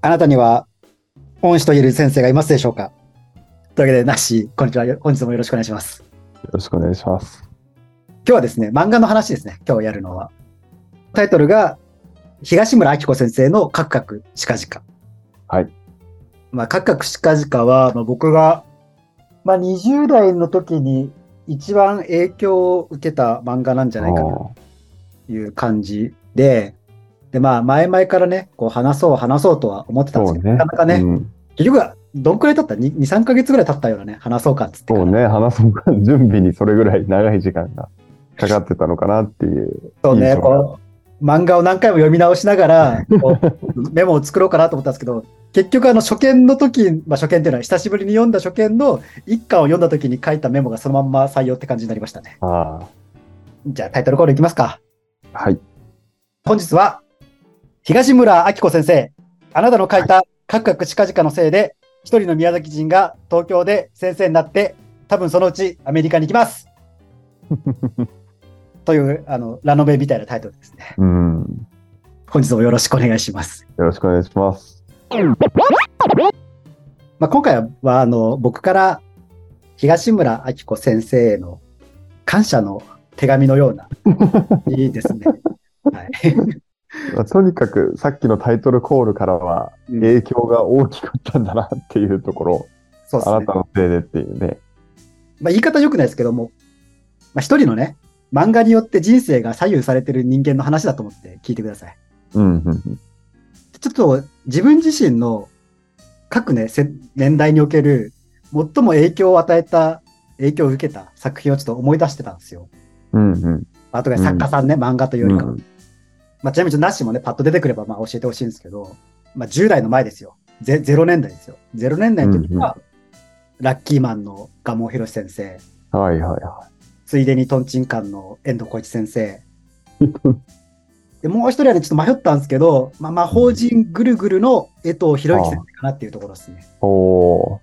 あなたには恩師と言える先生がいますでしょうかというわけで、ナッシー、こんにちは。よ本日もよろしくお願いします。よろしくお願いします。今日はですね、漫画の話ですね。今日やるのは。タイトルが、東村明子先生のカクカクシカジカ。はい。まあ、カクカクシカジカは、まあ、僕が、まあ、20代の時に一番影響を受けた漫画なんじゃないかなおーという感じで、で、まあ、前々からね、こう話そう話そうとは思ってたんですそうけど、ね。なかなかね、うん結局はどんくらい経った ?2、3ヶ月ぐらい経ったようなね、話そうかっつってからそうね。話そうか。準備にそれぐらい長い時間がかかってたのかなっていう。そういいでね、しょうこう、漫画を何回も読み直しなが ら、こうメモを作ろうかなと思ったんですけど、結局あの初見の時、まあ初見っていうのは久しぶりに読んだ初見の一巻を読んだ時に書いたメモがそのまんま採用って感じになりましたね。あじゃあタイトルコールいきますか。あ。はい。本日は、東村明子先生、あなたの書いたカクカクチカジカのせいで、一人の宮崎人が東京で先生になって、多分そのうちアメリカに行きます。という、あの、ラノベみたいなタイトルですね。 うん。本日もよろしくお願いします。よろしくお願いします。まあ、今回はあの僕から東村明子先生への感謝の手紙のよ うないいですね。はい、 まあとにかくさっきのタイトルコールからはうん影響が大きかったんだなっていうところ、そうですあねなた。のせいでっていうね。まあ、言い方良くないですけども、まあ、一人のね、漫画によって人生が左右されてる人間の話だと思って聞いてください。うんうんうん。ちょっと自分自身の各ね、せ年代における最も影響を与えた、影響を受けた作品をちょっと思い出してたんですよ。うんうんまああとで作家さんね、漫画というよりかは。うんまあ、ちなみにちょっとナッシーもね、パッと出てくればまあ教えてほしいんですけど、まあ、10代の前ですよ。ゼゼロ年代ですよ。ゼロ年代の時は、ラッキーマンの蒲生博先生、はいはいはついでにトンチンカンの遠藤浩一先生。でもう一人はね、ちょっと迷ったんですけど、まあ、魔法陣ぐるぐるの江藤博之先生かなっていうところですねい。。おー。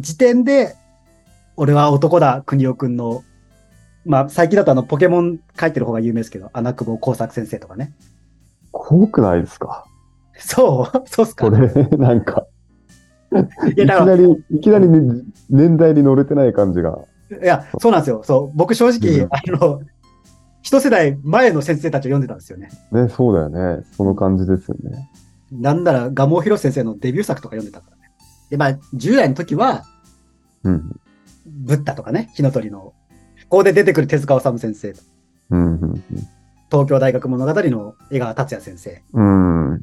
時点で、俺は男だ、国尾くんの、まあ、最近だとあの、ポケモン書いてる方が有名ですけど、穴久保耕作先生とかね。怖くないですかそう、 そうっすかこ。れ、なんか。いいきや、だからなり、いきなりね年代に乗れてない感じが。いや、そうなんですよ。そう、僕正直、うんあの、一世代前の先生たちを読んでたんですよね。ね、そうだよね。その感じですよね。なんなら、蒲生博先生のデビュー作とか読んでたからね。で、まあ、10代の時は、うん。ブッダとかね、火の鳥の、ここで出てくる手塚治虫先生と、うん。うん東京大学物語の江川達也先生、うん。うん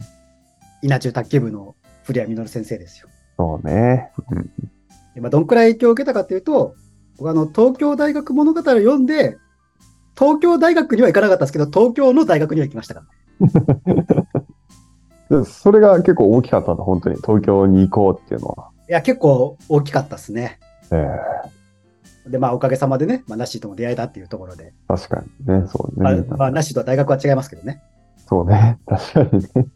稲中卓球部の古谷実先生ですよ。そうね。でまあ、どんくらい影響を受けたかというと、僕あの、東京大学物語を読んで、東京大学には行かなかったんですけど、東京の大学には行きましたから。でそれが結構大きかったんだ、本当に。東京に行こうっていうのは。いや、結構大きかったですね。ええで、まあ、おかげさまでね、まあ、ナッシーとも出会えたっていうところで、確かにね。そうまあね。まあ、ナッシーとは大学は違いますけどね。そうね。確かにね。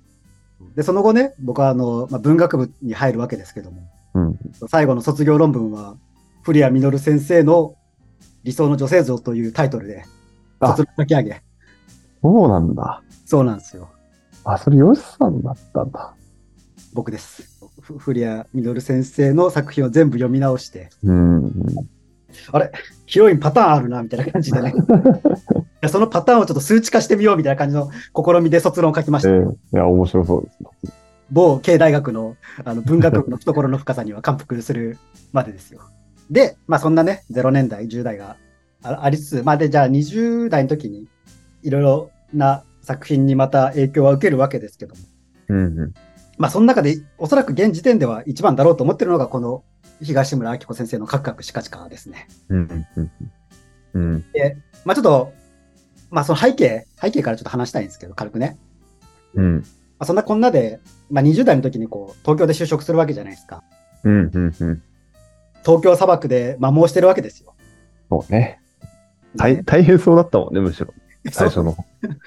で、その後ね、僕はあの、まあ、文学部に入るわけですけども、うん。最後の卒業論文は、古谷実先生の理想の女性像というタイトルで、あ卒論書き上げ。そうなんだ。そうなんですよ。あ、それ、ヨシさんだったんだ。僕です。ふ古谷実先生の作品を全部読み直して、うん。ヒロインパターンあるな、みたいな感じで ね。いやそのパターンをちょっと数値化してみようみたいな感じの試みで卒論を書きましええた。いや、面白そうですね。某慶大学のあの文学部の懐の深さには感服するまでですよ。で、まあそんなね、0年代、10代があありつつ、まあで、じゃあ20代の時にいろいろな作品にまた影響は受けるわけですけども、うんうん。まあその中でおそらく現時点では一番だろうと思ってるのがこの東村明子先生のカクカクシカシカですね。うんうんうん。うん。まあちょっと、まあその背景、背景からちょっと話したいんですけど、軽くね。うん。まあ、そんなこんなで、まあ20代の時にこう東京で就職するわけじゃないですか。うんうんうん。東京砂漠で摩耗してるわけですよ。そうね。ね 大大変そうだったもんね、むしろ。そ最う初の。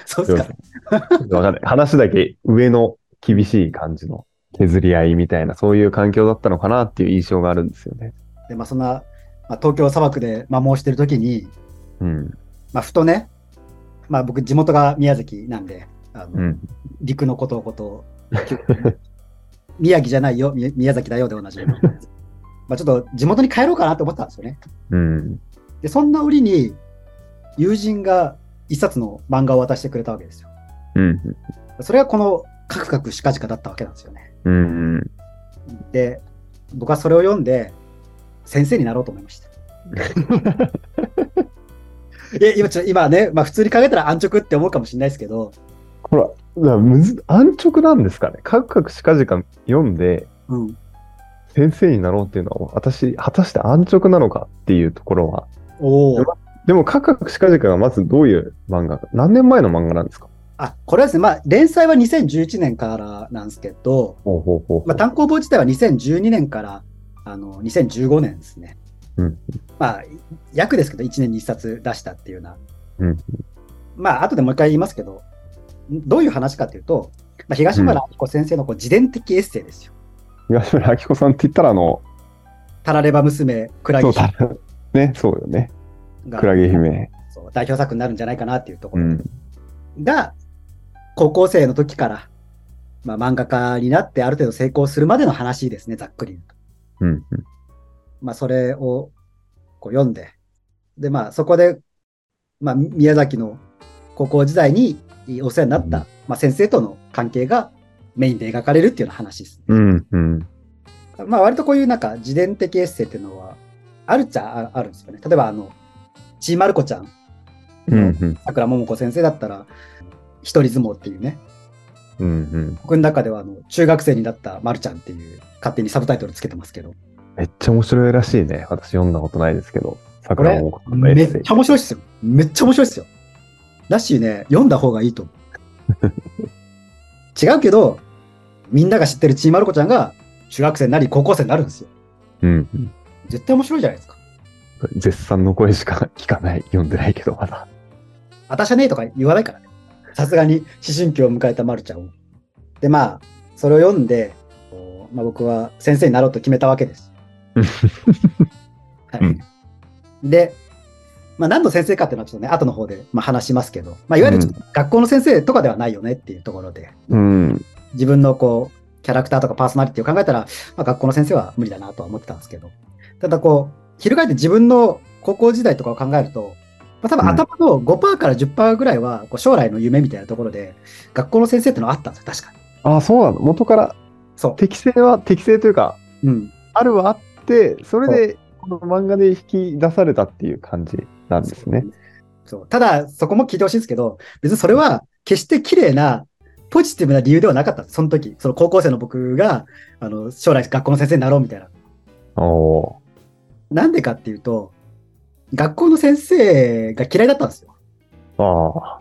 そうですか。わかんない。話だけ上の厳しい感じの削り合いみたいな、そういう環境だったのかなっていう印象があるんですよね。で、まあ、そんな、まあ、東京砂漠で摩耗してる時に、うん。まあ、ふとね、まあ、僕、地元が宮崎なんで、あのうん。陸のことをこと、宮城じゃないよ、み宮崎だよでおなじ みの。まあちょっと地元に帰ろうかなと思ったんですよね。うん。で、そんな折に、友人が一冊の漫画を渡してくれたわけですよ。うん。それがこの、カクカクしかじかだったわけなんですよね。うん。うんで、僕はそれを読んで、先生になろうと思いました。え今ちょ今ね、まあ、普通に考えたら安直って思うかもしれないですけど、ほら、だからむず安直なんですかね。カクカクしかじか読んで、うん、先生になろうっていうのは、私、果たして安直なのかっていうところは。おお、でも、カクカクしかじかがまずどういう漫画何年前の漫画なんですかあこれはですね、まあ、連載は2011年からなんですけど、ほうほうほうほうまあ、単行本自体は2012年からあの2015年ですね。うんまあ、約ですけど、1年に1冊出したっていうような、うんまあ後でもう一回言いますけど、どういう話かというと、まあ、東村明子先生のこう自伝的エッセイですよ。東村明子さんって言ったら、あの、タラレバ娘、クラそゲうだがね、そうよね。クラゲ姫。そう代表作になるんじゃないかなっていうとこうろん。が、高校生の時から、まあ、漫画家になってある程度成功するまでの話ですね、ざっくり言うと。うん。まあ、それをこう読んで、で、まあ、そこで、まあ、宮崎の高校時代にお世話になった、うんまあ、先生との関係がメインで描かれるっていうような話ですね。うん。うん。まあ、割とこういうなんか自伝的エッセイっていうのは、あるっちゃああるんですよね。例えば、あの、ちーまる子ちゃん、うん。うん。さくらももこ先生だったら、一人相撲っていうね、うん。うん。僕の中ではあの中学生になったまるちゃんっていう勝手にサブタイトルつけてますけど、めっちゃ面白いらしいね。私読んだことないですけど。こ桜れ桃子さんのエめっッセイち。ゃ面白いっすよ。めっちゃ面白いっすよ。だしね、読んだ方がいいと思う。 違うけど、みんなが知ってるちーまる子ちゃんが中学生になり高校生になるんですよ。うん。うん絶対面白いじゃないですか。絶賛の声しか聞かない。読んでないけど、まだ。あたしゃねえとか言わないからね。さすがに思春期を迎えたまるちゃんを。で、まあ、それを読んで、こうまあ、僕は先生になろうと決めたわけ です。はいうんで、まあ、何の先生かっていうのはちょっとね、後の方でまあ話しますけど、まあ、いわゆるちょっと学校の先生とかではないよねっていうところで、うん。自分のこう、キャラクターとかパーソナリティを考えたら、まあ、学校の先生は無理だなとは思ってたんですけど、ただこう、翻って自分の高校時代とかを考えると、まあ、多分うん頭の5%から10%ぐらいはこう将来の夢みたいなところで、学校の先生ってのはあったんですよ、確かに。あ、そうなの。元からそ適性は適性というかう。うん。あるはあってそれでこの漫画で引き出されたっていう感じなんですね。そう。ただ、そこも聞いてほしいんですけど、別にそれは決して綺麗な、ポジティブな理由ではなかったんです。その時、その高校生の僕が、あの、将来学校の先生になろうみたいな。おーなんでかっていうと、学校の先生が嫌いだったんですよ。あ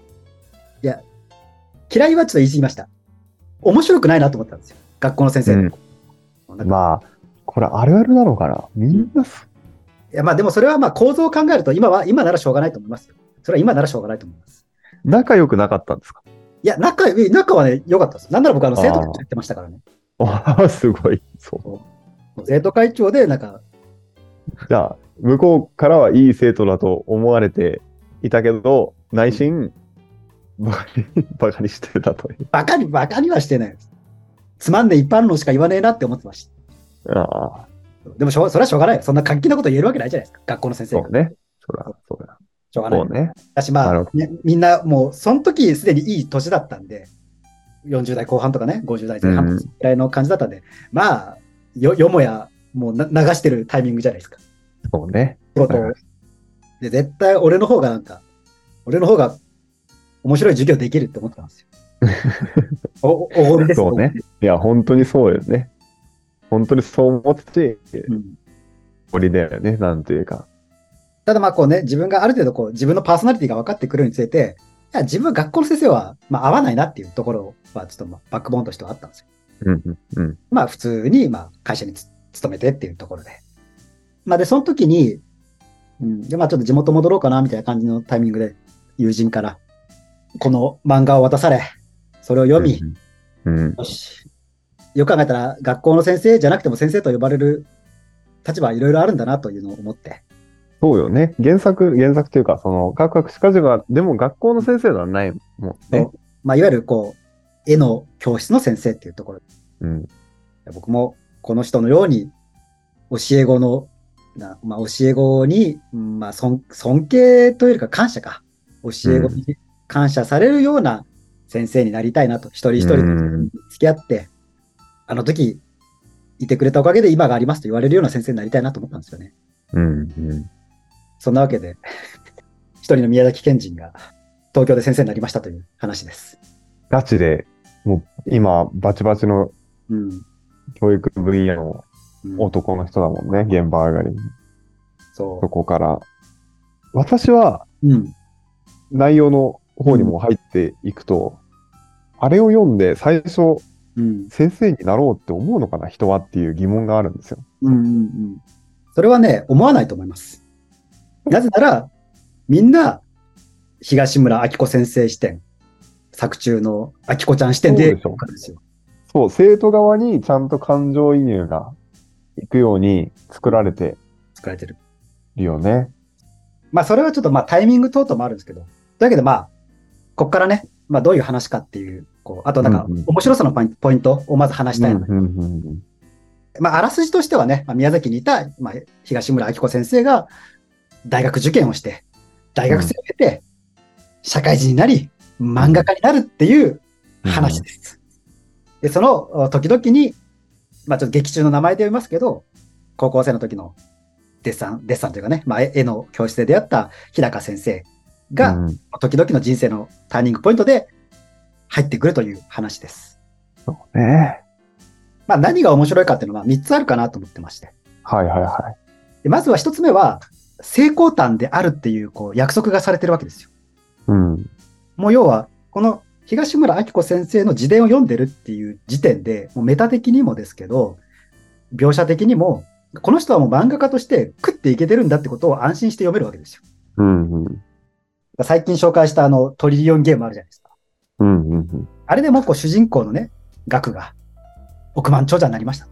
嫌いはちょっと言い過ぎました。面白くないなと思ったんですよ。学校の先生の。なあんかまあこれあるあるなのかなみんなそいやまあでもそれはまあ構造を考えると今は、今ならしょうがないと思いますよ。それは今ならしょうがないと思います。仲良くなかったんですか いや、仲、え仲はね、良かったです。なんなら僕あの生徒会長やってましたからね。ああすごいそう生徒会長で、なんか、じゃあ向こうからはいい生徒だと思われていたけど内心バカに バカにしてたというバカに、バカにはしてないです。つまんねえ一般論しか言わねえなって思ってました。ああでもしょう、それはしょうがないよ。そんな画期なこと言えるわけないじゃないですか。学校の先生そが。うねそらそうだしょうがないそ。うねだし、まなるあほ、ねみんなもう、その時すでにいい年だったんで、40代後半とかね、50代前うん半ぐらいの感じだったんで、まあ、よよもや、もうな流してるタイミングじゃないですか。そうね仕事をはいで、絶対俺の方がなんか、俺の方が面白い授業できるって思ってたんです よ。おおおごりですそうね。いや本当にそうよね本当にそう思っててうんこれだよね、なんというか。ただまあこうね、自分がある程度こう、自分のパーソナリティが分かってくるにつれて、いや、自分は学校の先生は、まあ合わないなっていうところは、ちょっとまあバックボーンとしてはあったんですようんうんまあ普通にまあ会社につ勤めてっていうところで。まあで、その時に、うん、でまあちょっと地元戻ろうかなみたいな感じのタイミングで友人から、この漫画を渡され、それを読み、。うんうん。よし。よく考えたら学校の先生じゃなくても先生と呼ばれる立場いろいろあるんだなというのを思って。そうよね。原作、原作というか、その、カクカクしかじが、でも学校の先生ではないもんね。まあいわゆるこう、絵の教室の先生っていうところ。うん。や僕もこの人のように教え子の、なまあ、教え子に、うんまあ、尊尊敬というよりか感謝か。教え子に感謝されるような先生になりたいなと、一人一人とうん付き合って、あの時いてくれたおかげで今がありますと言われるような先生になりたいなと思ったんですよね。うんうんそんなわけで、一人の宮崎県人が東京で先生になりましたという話です。ガチで、もう今、バチバチのうん。教育分野のうん男の人だもんね、現場上がりに。そそこから。私はう。うん。内容の方にも入っていくと、あれを読んで最初、うん。先生になろうって思うのかな、人はっていう疑問があるんですよ。うん。うん。それはね、思わないと思います。なぜなら、みんな、東村明子先生視点、作中の明子ちゃん視点で、そうでしょなんですよそう、生徒側にちゃんと感情移入がいくように作られて作られてる。るよね。まあ、それはちょっとまあタイミング等々もあるんですけど、というわけでまあ、こっからね、まあどういう話かっていう、こう、あとなんかうんうん、面白さのポインポイントをまず話したいなうんうんうんまあ、あらすじとしてはね、まあ、宮崎にいた、まあ、東村明子先生が大学受験をして、大学生を経て、社会人になり、漫画家になるっていううん話です。で、そのお時々に、まあ、ちょっと劇中の名前で言いますけど、高校生の時のデッサン、デッサンというかね、まあ、絵絵の教室で出会った日高先生が、うん時々の人生のターニングポイントで入ってくるという話です。そうね。まあ、何が面白いかっていうのは3つあるかなと思ってまして。はいはいはでまずは一つ目は、成功譚であるっていうこう約束がされてるわけですよ。い。うん。もう要は、この東村明子先生の自伝を読んでるっていう時点で、もうメタ的にもですけど、描写的にも、この人はもう漫画家として食っていけてるんだってことを安心して読めるわけですよ。うんうん。最近紹介したあのトリリオンゲームあるじゃないですか。うんうんうん。あれでもこう主人公のね、額が億万長者になりました。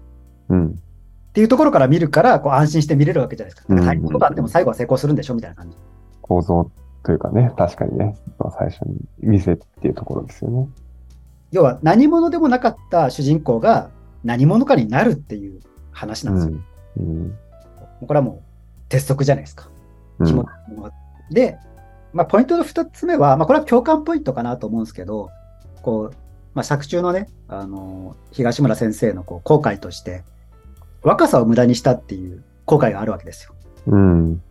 うん。っていうところから見るから、こう安心して見れるわけじゃないですか。うん大変なことあっても最後は成功するんでしょみたいな感じ。構造というかね、確かにね、最初に見せっていうところですよね。要は何者でもなかった主人公が何者かになるっていう話なんですよ。ん。うん。これはもう鉄則じゃないですか。う肝のん物語で、まあ、ポイントの2つ目は、まあ、これは共感ポイントかなと思うんですけど、こうまあ、作中のね、あの東村先生のこう後悔として、若さを無駄にしたっていう後悔があるわけですよ。うん。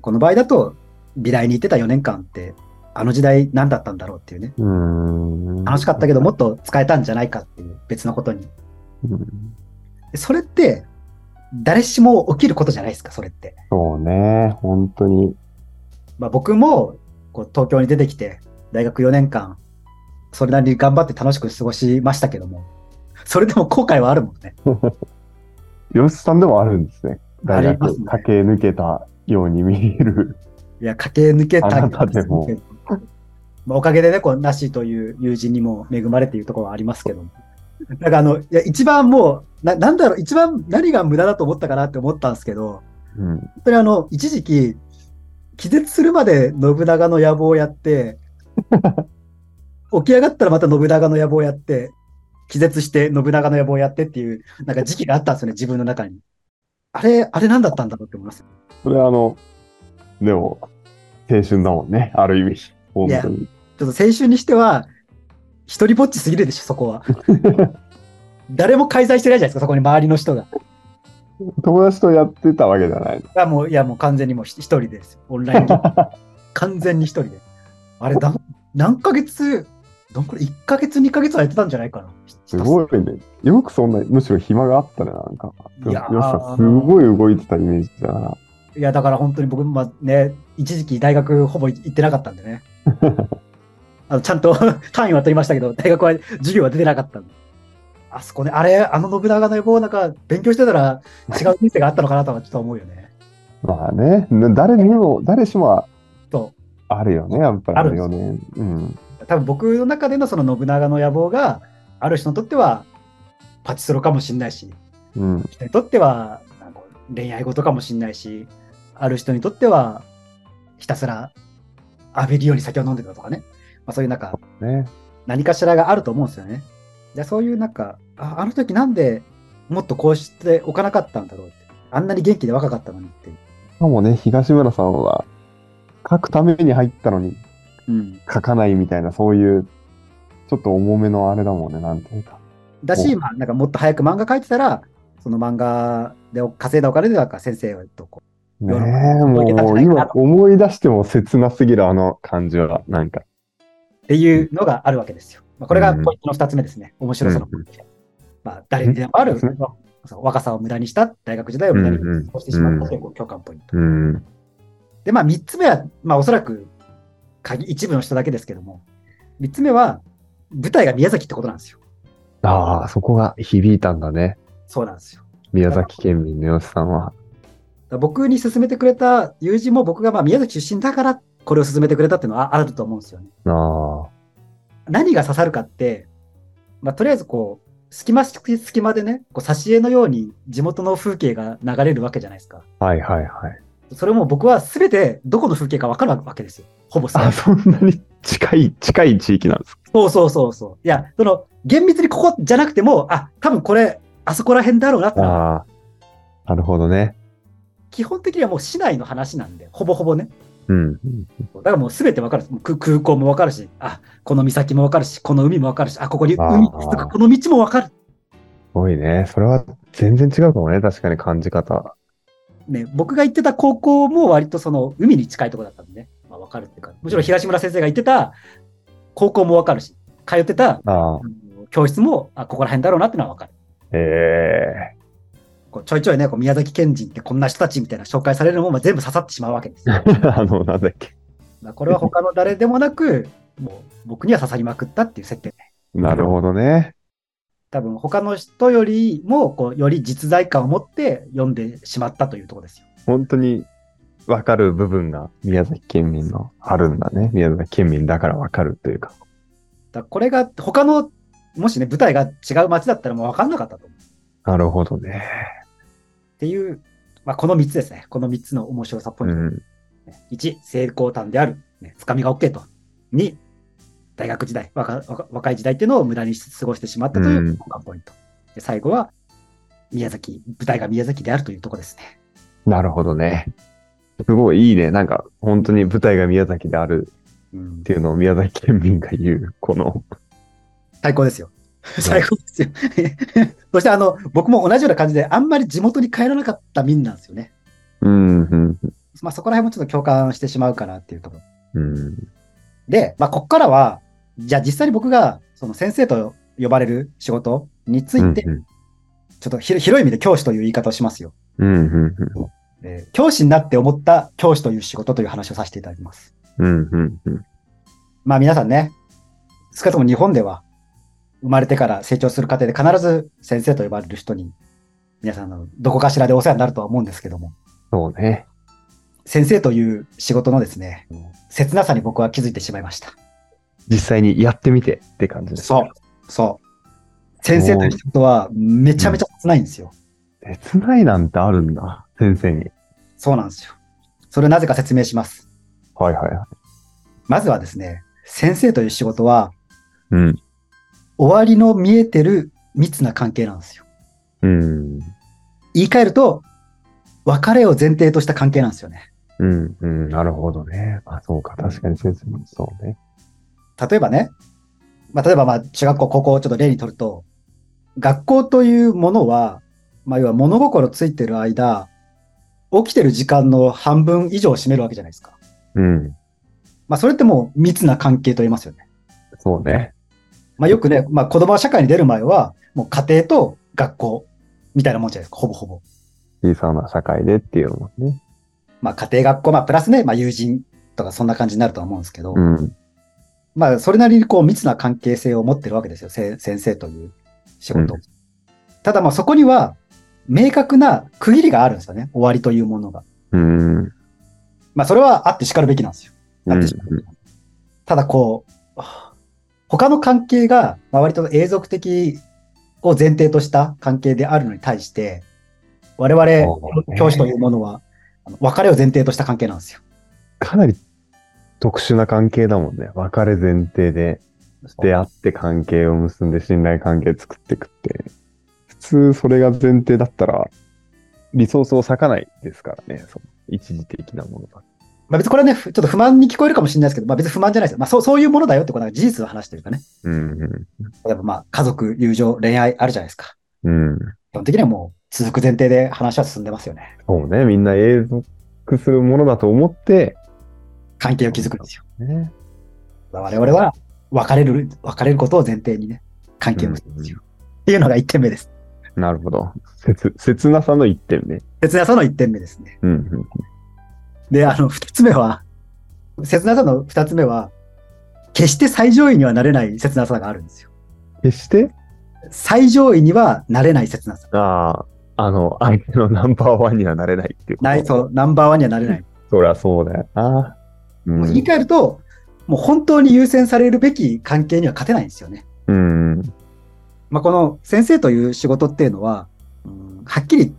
この場合だと、美大に行ってた4年間って、あの時代何だったんだろうっていうね、うん。楽しかったけど、もっと使えたんじゃないかっていう、別のことにうんでそれって、誰しも起きることじゃないですか、それって。そうね、本当に。まあ、僕もこう東京に出てきて、大学4年間、それなりに頑張って楽しく過ごしましたけども、それでも後悔はあるもんね。吉さんでもあるんですね。大あります学、ね駆け抜けたように見える。いや、駆け抜けたあなたでもまあ、おかげでね、こう、なしという友人にも恵まれているところはありますけども。なんかあの、いや、一番もう、な、なんだろう、一番何が無駄だと思ったかなって思ったんですけど、うん。本当にあの、一時期、気絶するまで信長の野望をやって、起き上がったらまた信長の野望をやって、気絶して信長の野望をやってっていう、なんか時期があったんですよね、自分の中に。あれ、あれ何だったんだろうって思います。それはあの、でも、青春だもんね、ある意味。本当ちょに。っと青春にしては、一人ぼっちすぎるでしょ、そこは。誰も介在してないじゃないですか、そこに周りの人が。友達とやってたわけじゃない。いや、もう、いや、もう完全にもう一人です。オンライ ンゲーム完全に一人で。あれ、だん何ヶ月、どんくらい ?1 ヶ月、2ヶ月はやってたんじゃないかな。すごいね。よくそんな、むしろ暇があったね、なんか。い吉やーさん、すごい動いてたイメージだから。いや、だから本当に僕も、まあね、一時期大学ほぼ行ってなかったんで ね。あのちゃんと 単位は取りましたけど、大学は授業は出てなかったんで。あそこね、あれ、あの信長の予防なんか勉強してたら違う人生があったのかなとはちょっと思うよね。まあね、ね誰にも、誰しもそう。あるよね、やっぱりああるるよね。うん。多分僕の中でのその信長の野望がある人にとってはパチスロかもしれないしうん。人にとってはなんか恋愛事かもしれないしある人にとってはひたすら浴びるように酒を飲んでたとかね、まあ、そういうなんかね。何かしらがあると思うんですよね。でそういうなんかああの時なんでもっとこうしておかなかったんだろうって。あんなに元気で若かったのにって。しかもね、東村さんは、書くために入ったのにうん。書かないみたいな、そういう、ちょっと重めのあれだもんね、なんていうか。だし、まあ、なんかもっと早く漫画描いてたら、その漫画で稼いだお金で、なんか先生とこねえ、思い出たんじゃもうないかな今思い出しても切なすぎるあの感じは、なんか。うっていうのがあるわけですよ。まあ、これがポイントの2つ目ですね。面白さのポイントで。まあ、誰にでもあるそうで、そう若さを無駄にした、大学時代を無駄に過ごしてしまったというこう共感ポイント。うん。で、まあ、3つ目は、まあ、おそらく鍵、一部の人だけですけども、3つ目は、舞台が宮崎ってことなんですよ。ああ、そこが響いたんだね。そうなんですよ。宮崎県民の吉さんだは。から僕に勧めてくれた友人も僕がまあ宮崎出身だからこれを勧めてくれたっていうのはああると思うんですよね。ああ。何が刺さるかって、まあ、とりあえずこう、隙間隙間でね、こう挿絵のように地元の風景が流れるわけじゃないですか。はいはいはい。それも僕は全てどこの風景か分かるわけですよ。ほぼあ、さ。そんなに近い、近い地域なんですか。そうそうそうそう。いや、その、厳密にここじゃなくても、あ、多分これ、あそこら辺だろうなってのはああ。なるほどね。基本的にはもう市内の話なんで、ほぼほぼね。うん。だからもうすべてわかるんですく空港もわかるし、あ、この岬もわかるし、この海もわかるし、あ、ここにあー海続く、この道もわかる。すごいね。それは全然違うかもね。確かに感じ方。ね、僕が行ってた高校も割とその海に近いところだったんでね、まあ、わかるっていうか、もちろん東村先生が行ってた高校もわかるし、通ってたあああ。の教室も、あ、ここら辺だろうなってのはわかる。ええこうちょいちょいね、こう宮崎県人ってこんな人たちみたいな紹介されるのもまあ全部刺さってしまうわけですよ。 あの、なんだっけ。まあこれは他の誰でもなく、もう僕には刺さりまくったっていう設定なるほどね。多分他の人よりもこうより実在感を持って読んでしまったというところですよ。本当にわかる部分が宮崎県民のあるんだね。宮崎県民だからわかるというか。だからこれが他のもしね舞台が違う街だったらもう分かんなかったと思う。なるほどね。っていう、まあ、この3つですね。この3つの面白さポイうント、ん。 1、成功譚である、ね、つかみが OK と。2、大学時代若、若若い時代っていうのを無駄に過ごしてしまったといううん好感ポイント。で最後は宮崎、舞台が宮崎であるというところですね。なるほどね。すごいいいね。なんか本当に舞台が宮崎であるうんっていうのを宮崎県民が言う、この。最高ですよ。最高ですよ。 そしてあの、僕も同じような感じで、あんまり地元に帰らなかった民なんですよね。うん、うん、まあそこら辺もちょっと共感してしまうかなっていうところ。うん。で、まあここからは、じゃあ実際に僕がその先生と呼ばれる仕事について、うんちょっとひろ広い意味で教師という言い方をしますよ。うん、うん、えー教師になって思った教師という仕事という話をさせていただきます。うん、うん、うん。まあ皆さんね、少なくとも日本では、生まれてから成長する過程で必ず先生と呼ばれる人に、皆さんあのどこかしらでお世話になるとは思うんですけども、そうね。先生という仕事のですね、切なさに僕は気づいてしまいました。実際にやってみてって感じです。う。そう。先生という仕事はめちゃめちゃ切ないんですよ。切ないなんてあるんだ。先生に。そうなんですよ。それをなぜか説明します。はいはいはい。まずはですね、先生という仕事はうん。終わりの見えてる密な関係なんですよ。うん。言い換えると、別れを前提とした関係なんですよね。うん、うん、なるほどね。あ、そうか、確かに先生もそうね。例えばね、まあ、例えばまあ中学校、高校をちょっと例にとると、学校というものは、まあ、要は物心ついてる間、起きてる時間の半分以上を占めるわけじゃないですか。うん、まあ、それってもう密な関係と言いますよね。そうね。まあ、よくね、まあ、子供は社会に出る前は、もう家庭と学校みたいなもんじゃないですか、ほぼほぼ。小さな社会でっていうのもね。まあ、家庭、学校、まあ、プラスね、まあ、友人とかそんな感じになるとは思うんですけど、うん、まあ、それなりにこう密な関係性を持ってるわけですよ、せ先生という仕事。うただ、まあ、そこには、明確な区切りがあるんですよね、終わりというものが。うん、うん、まあ、それはあって叱るべきなんですよ。あってしまうただ、こう、他の関係が、まあ、割と永続的を前提とした関係であるのに対して、我そう々、ね教師というものは、あの別れを前提とした関係なんですよ。かなり特殊な関係だもんね。別れ前提で出会って関係を結んで信頼関係作っていくって、普通それが前提だったら、リソースを割かないですからね、その一時的なものだ。まあ別にこれはね、ふちょっと不満に聞こえるかもしれないですけど、まあ別に不満じゃないですよ。まあそうそういうものだよってことは事実を話してるからね。うん、う例えばまあ家族、友情、恋愛あるじゃないですか。ん。うん。基本的にはもう続く前提で話は進んでますよね。そうね、みんな永続するものだと思って、関係を築くんですよ。ね、我々は別れる、別れることを前提にね、関係を結ぶんですよ。っていうのが1点目です。なるほど。切切なさの一点目。切なさの1点目ですね。うん、うん。で、あの、2つ目は、切なさの2つ目は、決して最上位にはなれない切なさがあるんですよ。決して、最上位にはなれない切なさ。ああ、あの、相手のナンバーワンにはなれないっていうこと。ない、そう、ナンバーワンにはなれない。そりゃそうだよな。うんもう言い換えると、もう本当に優先されるべき関係には勝てないんですよね。うん。まあ、この先生という仕事っていうのは、うんはっきり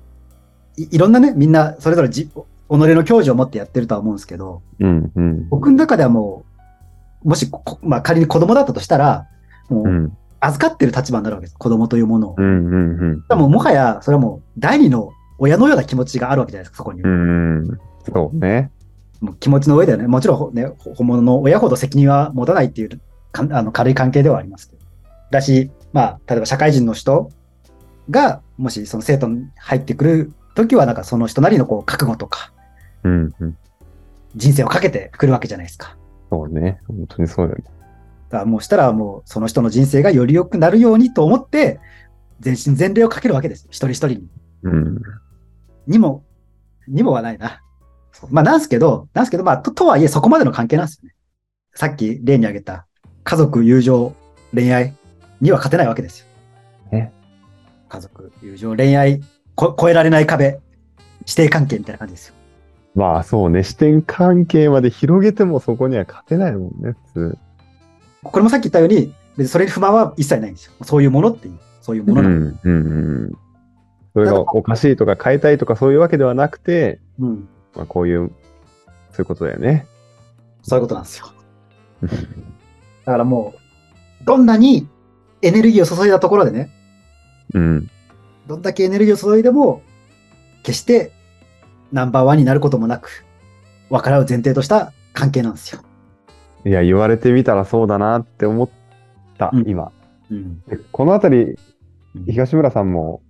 いいろんなね、みんなそれぞれじ己の教授を持ってやってるとは思うんですけど、うん。うん。僕の中ではもう、もしこ、こまあ、仮に子供だったとしたら、もう。うん預かってる立場になるわけです、子供というものをう。ん。うん。でももはや、それはもう第二の親のような気持ちがあるわけじゃないですか、そこに。うん。うん。そうね。もう気持ちの上ではね、もちろんほ、ね、ほ本物の親ほど責任は持たないっていうかんあの軽い関係ではありますけど。だし、まあ、例えば社会人の人が、もしその生徒に入ってくるときは、なんかその人なりのこう覚悟とか、うん。うん。人生をかけてくるわけじゃないですか。そうね。本当にそうよね。だからもうしたらもうその人の人生がより良くなるようにと思って、全身全霊をかけるわけです。一人一人に。うん。にも、にもはないな。そうまあ、なんすけど、なんすけど、まあ、と、とはいえそこまでの関係なんですよね。さっき例に挙げた、家族、友情、恋愛には勝てないわけですよ。ね家族、友情、恋愛、こ超えられない壁、指定関係みたいな感じですよ。まあそうね。視点関係まで広げてもそこには勝てないもんね、普通。これもさっき言ったように、別にそれに不満は一切ないんですよ。そういうものっていう、そういうもうのんな。。うん。うんそれがおかしいとか変えたいとかそういうわけではなくて、うん。まあこういう、そういうことだよね。そういうことなんですよ。だからもう、どんなにエネルギーを注いだところでね、うん。どんだけエネルギーを注いでも、決してナンバーワンになることもなく、分かり合う前提とした関係なんですよ。いや、言われてみたらそうだなって思った、うん今。うん。このあたり、うん東村さんも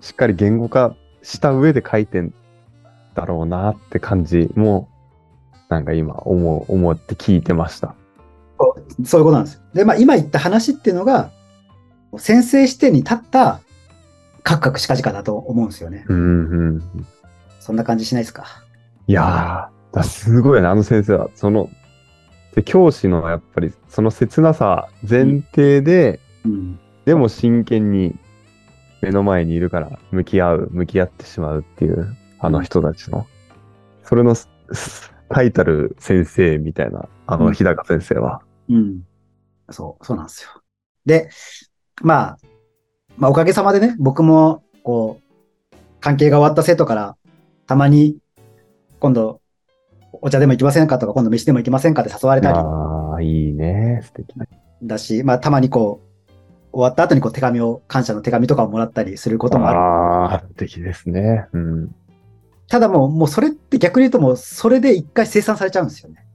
しっかり言語化した上で書いてんだろうなって感じもなんか今思う思って聞いてました。そういうことなんですよ。で、まあ今言った話っていうのが、先生視点に立った、カクカクしかじかだと思うんですよね。うんうん、そんな感じしないですか。いやーだすごいなあの先生はそので教師のやっぱりその切なさ前提で、うん。でも真剣に目の前にいるから向き合う向き合ってしまうっていうあの人たちの、それのすす最たる先生みたいなあうのん日高先生は。うん。そう、そうなんですよ。で、まあ、まあおかげさまでね、僕も、こう、関係が終わった生徒から、たまに、今度、お茶でも行きませんかとか、今度飯でも行きませんかって誘われたりああ、いいね。素敵な。だし、まあ、たまにこう、終わった後にこう手紙を、感謝の手紙とかをもらったりすることもある。ああ、素敵ですね。うん。ただもう、もうそれって逆に言うともう、それで一回生産されちゃうんですよね。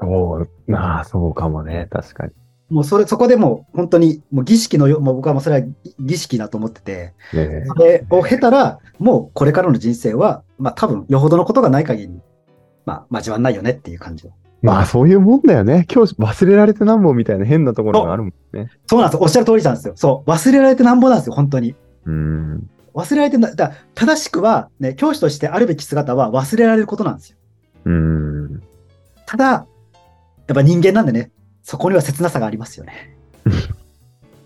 そう、まあ、そうかもね。確かに。もうそれ、そこでもう本当に、もう儀式のよ、もう僕はもうそれは儀式だと思ってて、ねそれを経たら、もうこれからの人生は、まあ多分、よほどのことがない限り、まあ、交わんないよねっていう感じを。まあ、そういうもんだよね。教師忘れられてなんぼみたいな変なところがあるもんね。そうなんですよ。おっしゃる通りなんですよ。そう。忘れられてなんぼなんですよ、本当に。うん。忘れられてな、だから正しくは、ね、教師としてあるべき姿は忘れられることなんですよ。うん。ただ、やっぱ人間なんでね、そこには切なさがありますよ ね。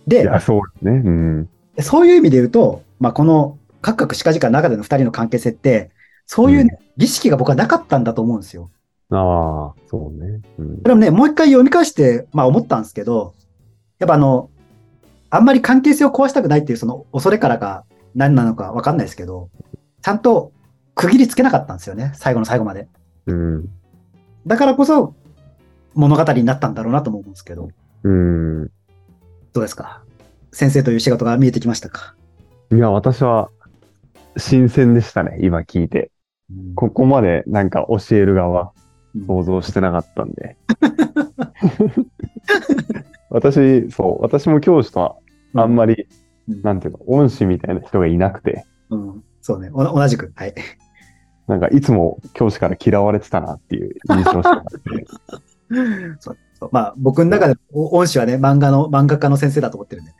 いで、や、そうですね。うん。そういう意味で言うと、まあ、この、カクカクしかじかの中での二人の関係性って、そういう、ね儀式が僕はなかったんだと思うんですよ。ああ、そうね。うんそ。れもね、もう一回読み返して、まあ思ったんですけど、やっぱあの、あんまり関係性を壊したくないっていうその恐れからか何なのかわかんないですけど、ちゃんと区切りつけなかったんですよね、最後の最後まで。うん。だからこそ物語になったんだろうなとも思うんですけど、うん。どうですか先生という仕事が見えてきましたかいや、私は新鮮でしたね、今聞いて。ここまでなんか教える側、うん想像してなかったんで。私、そう、私も教師とはあんまり、うんなんていうの、恩師みたいな人がいなくて、うん、そうね、お同じく。はい。なんかいつも教師から嫌われてたなっていう印象 しかなくて。そうそうまあ、僕の中でお恩師はね、漫画の、漫画家の先生だと思ってるんでね。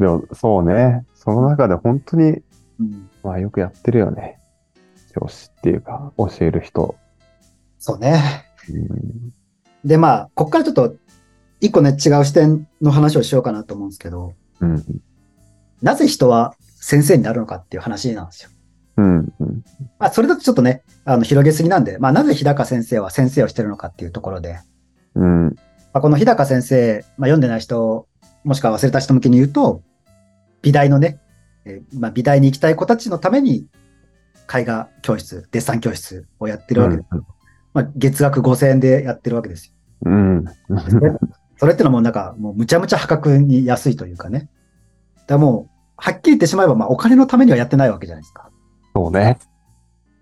でも、そうね、その中で本当に、うん、まあよくやってるよね。教師っていうか、教える人。そうね。うんで、まあ、こっからちょっと、一個ね、違う視点の話をしようかなと思うんですけど、うん。なぜ人は先生になるのかっていう話なんですよ。うん。うん。まあ、それだとちょっとね、あの、広げすぎなんで、まあ、なぜ日高先生は先生をしてるのかっていうところで、うん。まあ、この日高先生、まあ、読んでない人、もしくは忘れた人向けに言うと、美大のね、えーまあ、美大に行きたい子たちのために、絵画教室、デッサン教室をやってるわけです。まあ、月額5000円でやってるわけですよ。うん。 それってのはもうなんか、もうむちゃむちゃ破格に安いというかね。だからもう、はっきり言ってしまえば、まあ、お金のためにはやってないわけじゃないですか。そうね。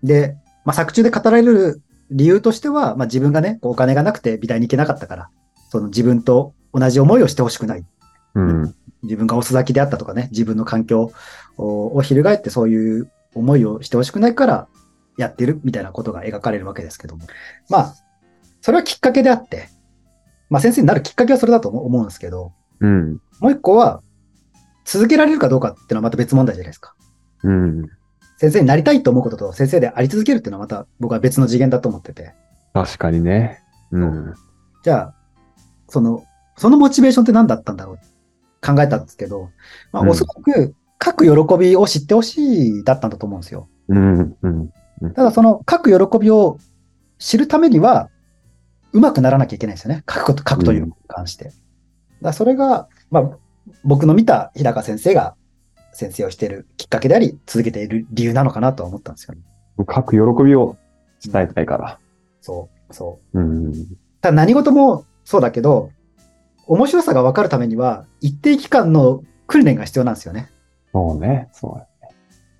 で、まあ、作中で語られる理由としては、まあ、自分がね、こうお金がなくて美大に行けなかったから、その自分と同じ思いをしてほしくない。うん。自分が遅咲きであったとかね、自分の環境をを翻ってそういう思いをしてほしくないからやってるみたいなことが描かれるわけですけども。まあ、それはきっかけであって、まあ先生になるきっかけはそれだと思思うんですけど、うん。もう一個は、続けられるかどうかっていうのはまた別問題じゃないですか。うん。先生になりたいと思うことと先生であり続けるっていうのはまた僕は別の次元だと思ってて。確かにね。うん。じゃあ、その、そのモチベーションって何だったんだろう考えたんですけど、まあ、うんおそらく、書く喜びを知ってほしいだったんだと思うんですよ。うん。うん。ただ、その書く喜びを知るためには、うまくならなきゃいけないんですよね。書くこと、書くということに関して。だからそれが、まあ、僕の見た日高先生が先生をしているきっかけであり、続けている理由なのかなとは思ったんですよね。書く喜びを伝えたいから。そう、そう。うん。ただ何事もそうだけど、面白さが分かるためには、一定期間の訓練が必要なんですよね。そうね。そうね。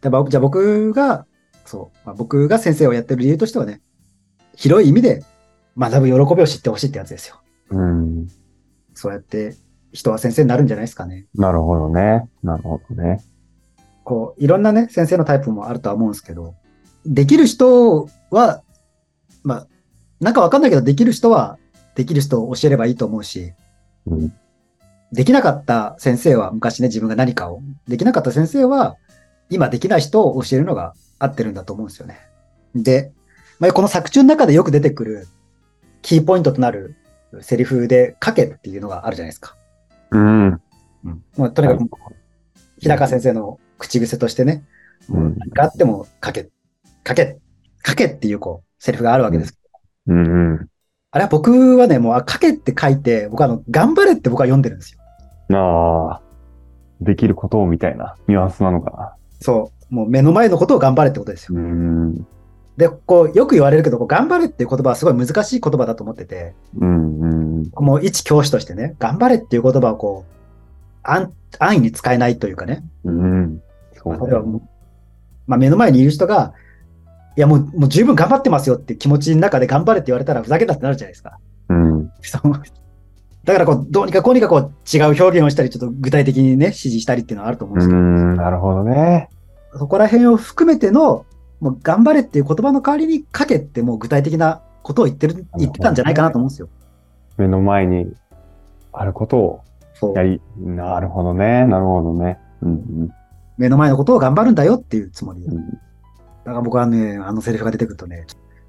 だからじゃあ僕が、そう、まあ、僕が先生をやってる理由としてはね、広い意味で学ぶ喜びを知ってほしいってやつですよ。うん。そうやって人は先生になるんじゃないですかね。なるほどね。なるほどね。こう、いろんなね、先生のタイプもあるとは思うんですけど、できる人は、まあ、なんかわかんないけど、できる人は、できる人を教えればいいと思うし、うんできなかった先生は、昔ね、自分が何かを、できなかった先生は、今できない人を教えるのが合ってるんだと思うんですよね。で、まあ、この作中の中でよく出てくる、キーポイントとなるセリフで、書けっていうのがあるじゃないですか。うん。まあ、とにかく日高先生の口癖としてね、うんもう何かあっても書け、書け、書けっていうこう、セリフがあるわけですけど、うんうあれは僕はね、もう、あ書けって書いて、僕はあの、頑張れって僕は読んでるんですよ。ん。ああ。できることをみたいなニュアンスなのかそう。もう目の前のことを頑張れってことですよ。な。うん。で、こう、よく言われるけど、こう頑張れっていう言葉はすごい難しい言葉だと思ってて、うん。うん。もう一教師としてね、頑張れっていう言葉をこう、安安易に使えないというかね、うん。そまあう例えばもうまあ、目の前にいる人が、いやもう、もう十分頑張ってますよっていう気持ちの中で頑張れって言われたらふざけんなってなるじゃないですか。 うん。そうだからこう、どうにかこうにかこう違う表現をしたり、ちょっと具体的にね、指示したりっていうのはあると思うんうですけど、ん。なるほどね。そこら辺を含めての、もう頑張れっていう言葉の代わりに書けってもう具体的なことを言ってる、言ってたんじゃないかなと思うんですよ。目の前にあることをそうやり、なるほどね。なるほどね。うん。目の前のことを頑張るんだよっていうつもり。うだんから僕はね、あのセリフが出てくるとね、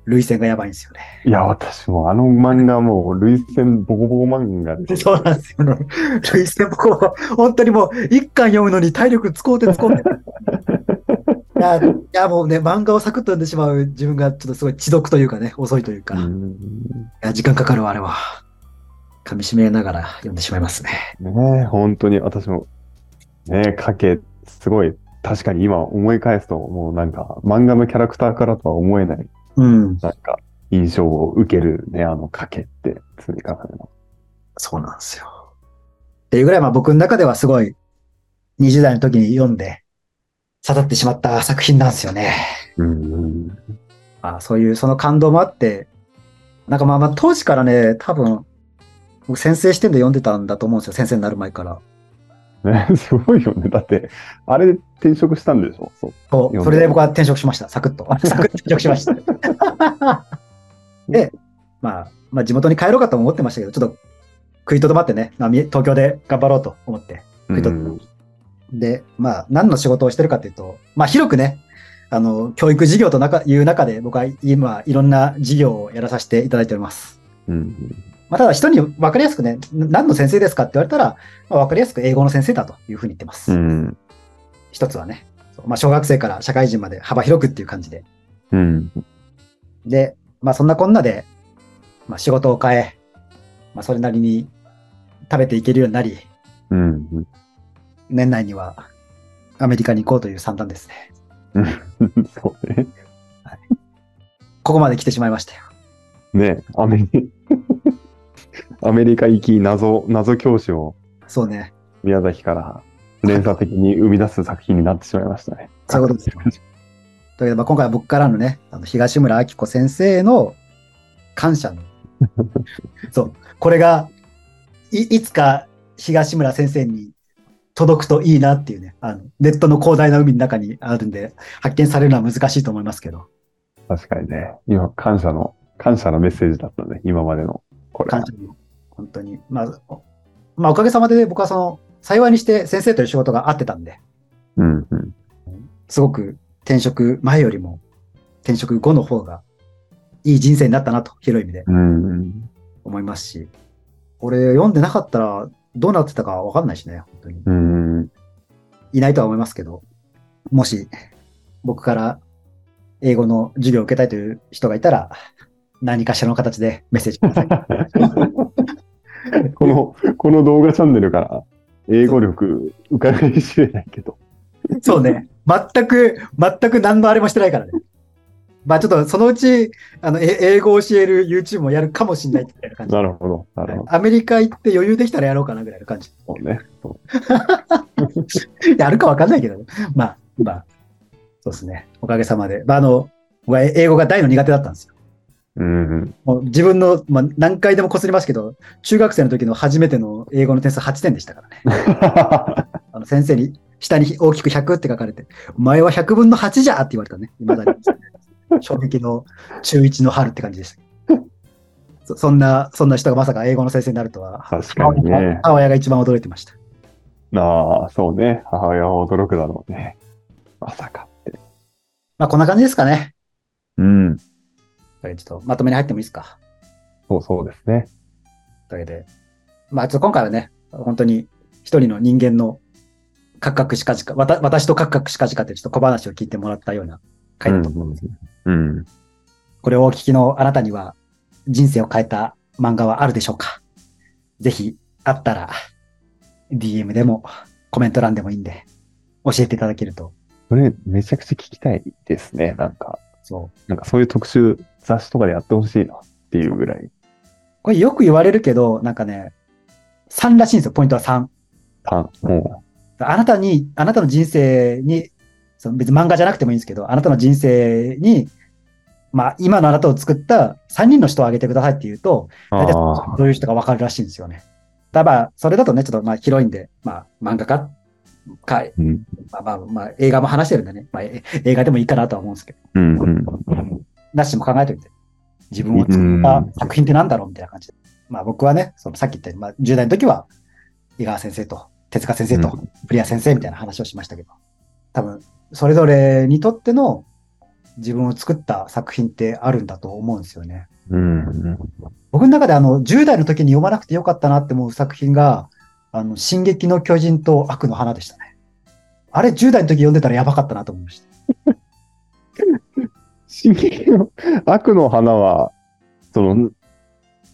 涙腺がやばいんですよね。いや、私もあの漫画もう、類戦ボコボコ漫画です。 そうなんですよ。 涙腺もこう、本当にもう、一巻読むのに体力使うて使うて。 いや、いやもうね、漫画をサクッと読んでしまう自分がちょっとすごい遅読というかね、遅いというか、ういんや時間かかるわ、あれは。噛み締めながら読んでしまいますね。ねえ本当に私も、ねえ、書け、すごい、確かに今思い返すと、もうなんか、漫画のキャラクターからとは思えない、うん、なんか、印象を受けるね、あの書けって、積み重ねの。そうなんですよ。っていうぐらい、まあ僕の中ではすごい、20代の時に読んで、刺さってしまった作品なんですよね。うん。あそういうその感動もあって、なんかまあまあ当時からね、多分、僕先生視点で読んでたんだと思うんですよ、先生になる前から。ね、すごいよね。だって、あれで転職したんでしょそう。そ読んでうそれで僕は転職しました、サクッ と。サクッと転職しました。で、まあ、まあ、地元に帰ろうかとも思ってましたけど、ちょっと食いとどまってね、まあ、み東京で頑張ろうと思って。う食いとどまんっ、で、まあ、何の仕事をしてるかというと、まあ、広くね、あの、教育事業となかいう中で、僕は今、いろんな事業をやらさせていただいております。うん。まあ、ただ人に分かりやすくね、な何の先生ですかって言われたら、まあ、分かりやすく英語の先生だというふうに言ってます。うん。一つはね、そうまあ、小学生から社会人まで幅広くっていう感じで。うん。で、まあそんなこんなで、まあ仕事を変え、まあそれなりに食べていけるようになり、うん。年内にはアメリカに行こうという算段ですね。うんそうね。ここまで来てしまいましたよ。ね、アメリ アメリカ行き謎、謎教師をそうね。宮崎から連鎖的に生み出す作品になってしまいましたね。そういうことですよ。というわけで、まあ今回は僕からのね、あの東村明子先生への感謝の。そう。これがい、いつか東村先生に届くといいなっていうね、あのネットの広大な海の中にあるんで、発見されるのは難しいと思いますけど、確かにね。今、感謝の、感謝のメッセージだったね。今までの。これ。感謝の本当に。まあ、おまあ、おかげさまで、ね、僕はその、幸いにして先生という仕事が合ってたんで、うんうん。すごく転職前よりも転職後の方がいい人生になったなと、広い意味で。うんうん。思いますし、これ読んでなかったらどうなってたかわかんないしね、本当に。うんうん。いないとは思いますけど、もし僕から英語の授業を受けたいという人がいたら、何かしらの形でメッセージくださ い。 この、この動画チャンネルから、英語力伺い知れないけど。そうね。全く、全く何のあれもしてないからね。まあちょっとそのうち、あの、え英語を教える YouTube もやるかもしれないみたいな感じな。るほど。なるほど。アメリカ行って余裕できたらやろうかなぐらいの感じ。 そうね。そうやるかわかんないけどね。まあ、まあ、そうですね。おかげさまで。まあ、あの、僕は英語が大の苦手だったんですよ。うんうん。 もう自分の、まあ、何回でもこすりますけど、中学生の時の初めての英語の点数8点でしたからね。あの先生に、下に大きく100って書かれて、お前は100分の8じゃって言われたね。未だに。 衝撃の中1の春って感じでした。そそんな、そんな人がまさか英語の先生になるとは、確かにね。母親が一番驚いてました。ああ、そうね。母親は驚くだろうね。まさかって。まあ、こんな感じですかね。うん。ちょっとまとめに入ってもいいですか。そうそうですね。というわけで、まあ、ちょっと今回はね、本当に一人の人間のカクカクしかじか、わた私とカクカクしかじかっていうちょっと小話を聞いてもらったような回だと思うんです、うん。これをお聞きのあなたには人生を変えた漫画はあるでしょうかぜひ、あったら、DM でもコメント欄でもいいんで、教えていただけると、それ、めちゃくちゃ聞きたいですね。なんか、そう。なんかそういう特集雑誌とかでやってほしいなっていうぐらい。これよく言われるけど、なんかね、3らしいんですよ、ポイントは3。パン、もあなたに、あなたの人生に、その別に漫画じゃなくてもいいんですけど、あなたの人生に、まあ、今のあなたを作った3人の人を挙げてくださいって言うと、う。大体あどあ、ういう人がわかるらしいんですよね。ただ、それだとね、ちょっとまあ広いんで、まあ、漫画家か、うん。まあまあ、まあ、映画も話してるんでね、まあ、え映画でもいいかなとは思うんですけど、うん、うん。なしも考えておいて、自分を作ったうん作品ってなんだろうみたいな感じで。まあ僕はね、そのさっき言ったように、まあ、10代の時は、井川先生と、手塚先生と、プリア先生みたいな話をしましたけど、多分、それぞれにとっての自分を作った作品ってあるんだと思うんですよね。うん。僕の中であの、10代の時に読まなくてよかったなって思う作品が、あの、進撃の巨人と悪の花でしたね。あれ、10代の時読んでたらやばかったなと思いました。進撃の悪の花は、その、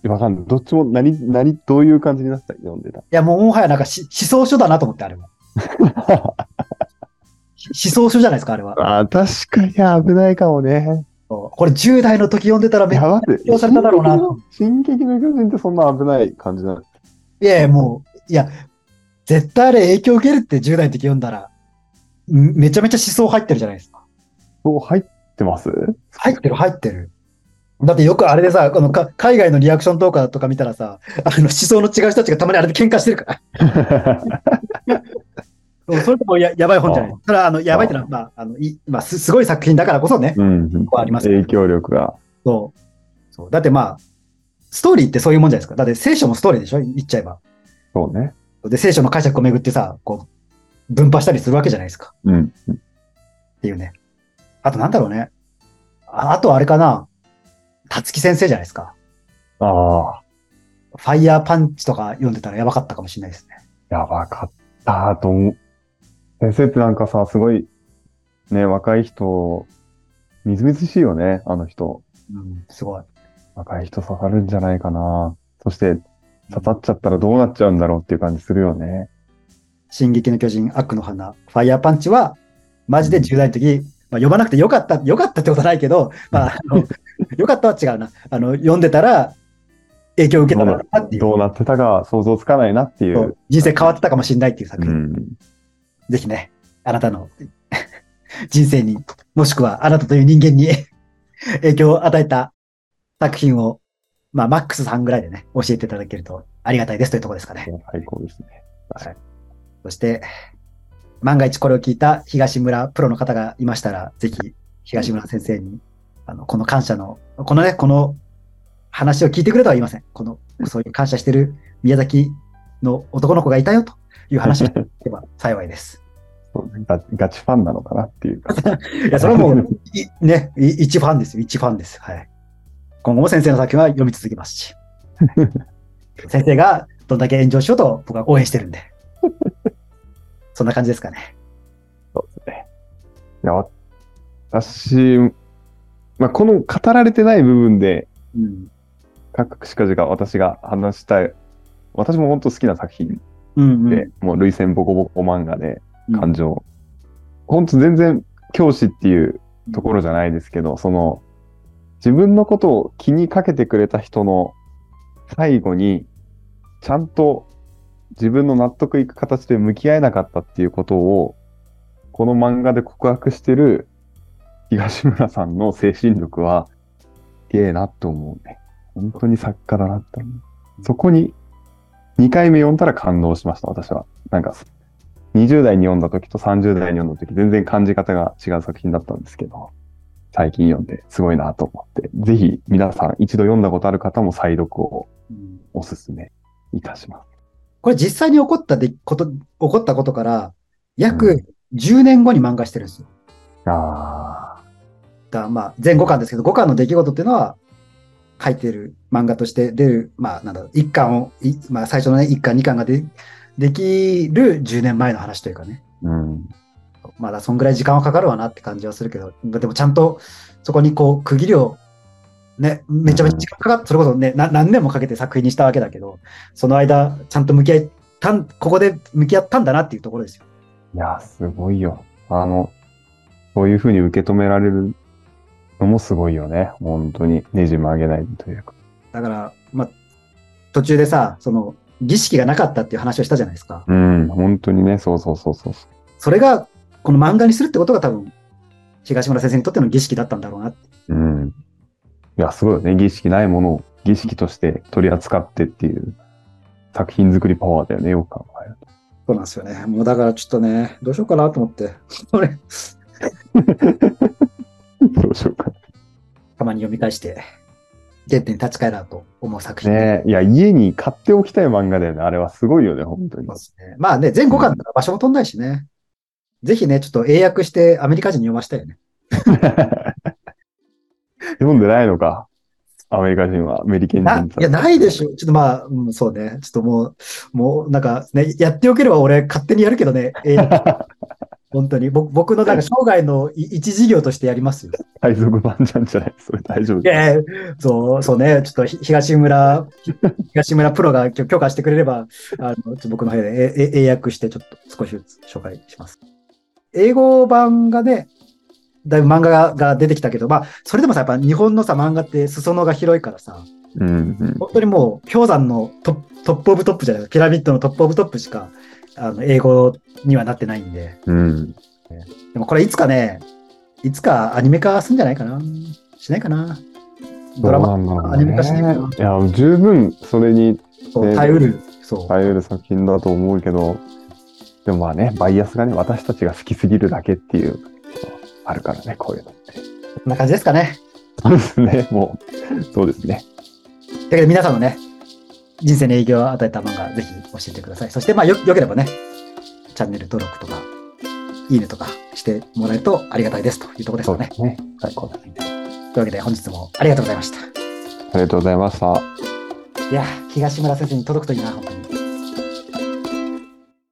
わかんない。どっちも何、何、どういう感じになった読んでた。いや、もうもはやなんかし思想書だなと思って、あ れも。し思想書じゃないですか、あれは。ああ、確かに危ないかもね。そうこれ10代の時読んでたらめっちやゃばく影響されただろうな。進撃の巨人ってそんな危ない感じなのいやいや、もう、いや、絶対あれ影響受けるって10代の時読んだら、めちゃめちゃ思想入ってるじゃないですか。そう、入ってます入ってる、入ってる。だってよくあれでさ、あのか海外のリアクションとかとか見たらさ、あの思想の違う人たちがたまにあれで喧嘩してるから。そうそれともややばい本じゃないあ。ただ、あの、やばいってのは、まあ、あのいまあす、すごい作品だからこそね、うん。ありますよね影響力が。そう。そうだってまあ、ストーリーってそういうもんじゃないですか。だって聖書もストーリーでしょ言っちゃえば。そうね。で、聖書の解釈をめぐってさ、こう、分派したりするわけじゃないですか。うん。っていうね。あとなんだろうね。ああとあれかな。たつき先生じゃないですか。ああ、ファイヤーパンチとか読んでたらやばかったかもしれないですね。やばかったと思う。先生ってなんかさ、すごい、ね、若い人、みずみずしいよね、あの人。うん、すごい。若い人刺さるんじゃないかな。そして、刺さっちゃったらどうなっちゃうんだろうっていう感じするよね。進撃の巨人、悪の花、ファイヤーパンチは、マジで10代の時、まあ、読まなくてよかった、よかったってことはないけど、まあ、あの よかったは違うな。あの、読んでたら、影響を受けどたうのなかなっていう。どうなってたか想像つかないなっていそうう。人生変わってたかもしれないっていう作う品。ん。ぜひね、あなたの 人生に、もしくはあなたという人間に 影響を与えた作品を、まあ、マックスさんぐらいでね、教えていただけるとありがたいですというところですかね。最高ですね。はいそして、万が一これを聞いた東村プロの方がいましたら、ぜひ東村先生に、あの、この感謝の、このね、この話を聞いてくれとは言いません。この、そういう感謝してる宮崎の男の子がいたよという話 をしていけば幸いです。そうねガガチファンなのかなっていうか。いや、それはもう、い ね、い一ファンですよ、一ファンです。はい。今後も先生の作品は読み続けます し。先生がどんだけ炎上しようと僕は応援してるんで。そんな感じですかね。いや、私、まあ、この語られてない部分で、うん。カクシカジが私が話したい、私も本当好きな作品うん、で、もう類線ボコボコ漫画で、うん。感情。本当全然教師っていうところじゃないですけど、その、自分のことを気にかけてくれた人の最後に、ちゃんと自分の納得いく形で向き合えなかったっていうことを、この漫画で告白してる東村さんの精神力は、すげえなと思うね。本当に作家だなって思う。そこに、2回目読んだら感動しました、私は。なんか、20代に読んだ時と30代に読んだ時、全然感じ方が違う作品だったんですけど、最近読んですごいなと思って、ぜひ皆さん一度読んだことある方も再読をうんおすすめいたします。これ実際に起こったでこと、起こったことから、う約10年後に漫画してるんですよ。ああ、だからまあ、全5巻ですけど、5巻の出来事っていうのは、書いてる漫画として出る、まあ、なんだろう、1巻を、いまあ、最初のね、1巻、2巻がでできる10年前の話というかね、うん、まだそんぐらい時間はかかるわなって感じはするけど、でもちゃんとそこにこう、区切りを、ね、めちゃめちゃ時間かかって、それこそね、な何年もかけて作品にしたわけだけど、その間、ちゃんと向き合いたん、ここで向き合ったんだなっていうところですよ。いやー、すごいよ。あの、そういうふうに受け止められるのもすごいよね。本当に。ねじ曲げないというか。だから、まあ、途中でさ、その、儀式がなかったっていう話をしたじゃないですか。うん、本当にね、そうそうそうそうそう。それが、この漫画にするってことが多分、東村先生にとっての儀式だったんだろうなって。うん。いや、すごいよね。儀式ないものを儀式として取り扱ってっていう作品作りパワーだよね、よく考えるそうなんですよね。もうだからちょっとね、どうしようかなと思って、それ、と。どうしようか。たまに読み返して、原点に立ち返ろうと思う作品でねえいや、家に買っておきたい漫画だよね。あれはすごいよね、本 当に。すね。まあね、全5巻だから場所も飛んないしね。ぜひね、ちょっと英訳してアメリカ人に読ませたいよね。読んでないのか。アメリカ人は、アメリカ人なさいんや、ないでしょ。ちょっとまあ、うん、そうね。ちょっともう、もうなんかね、やってよければ俺勝手にやるけどね。英訳 本当に。僕僕のなんか生涯のい一事業としてやりますよ。海賊版じゃんじゃないそれ大丈夫いやいや そう、そうね、ちょっとひ東村、東村プロが許許可してくれれば、あのちょっと僕の部屋でええ英訳して、ちょっと少しずつ紹介します。英語版がね、だいぶ漫画がが出てきたけど、まあ、それでもさ、やっぱ日本のさ、漫画って裾野が広いからさ、うんうん。本当にもう氷山のトップトップオブトップじゃないピラミッドのトップオブトップしか、あの英語にはなってないんで、うん。でもこれいつかね、いつかアニメ化するんじゃないかな。しないかな。ドラマ、マアニメ化しないかないや、十分それにそう耐えうる。そう。耐えうる作品だと思うけど、でもまあね、バイアスがね、私たちが好きすぎるだけっていう、あるからね、こういうのって。こんな感じですかね。そうです ね、もう、そうですね。だけど皆さんのね、人生に影響を与えた漫画、ぜひ教えてください。そして、まあよ、よければね、チャンネル登録とか、いいねとかしてもらえるとありがたいですというところですそかうねで。すね。最高です。というわけで、本日もありがとうございました。ありがとうございました。いやー、東村先生に届くといいな、本当に。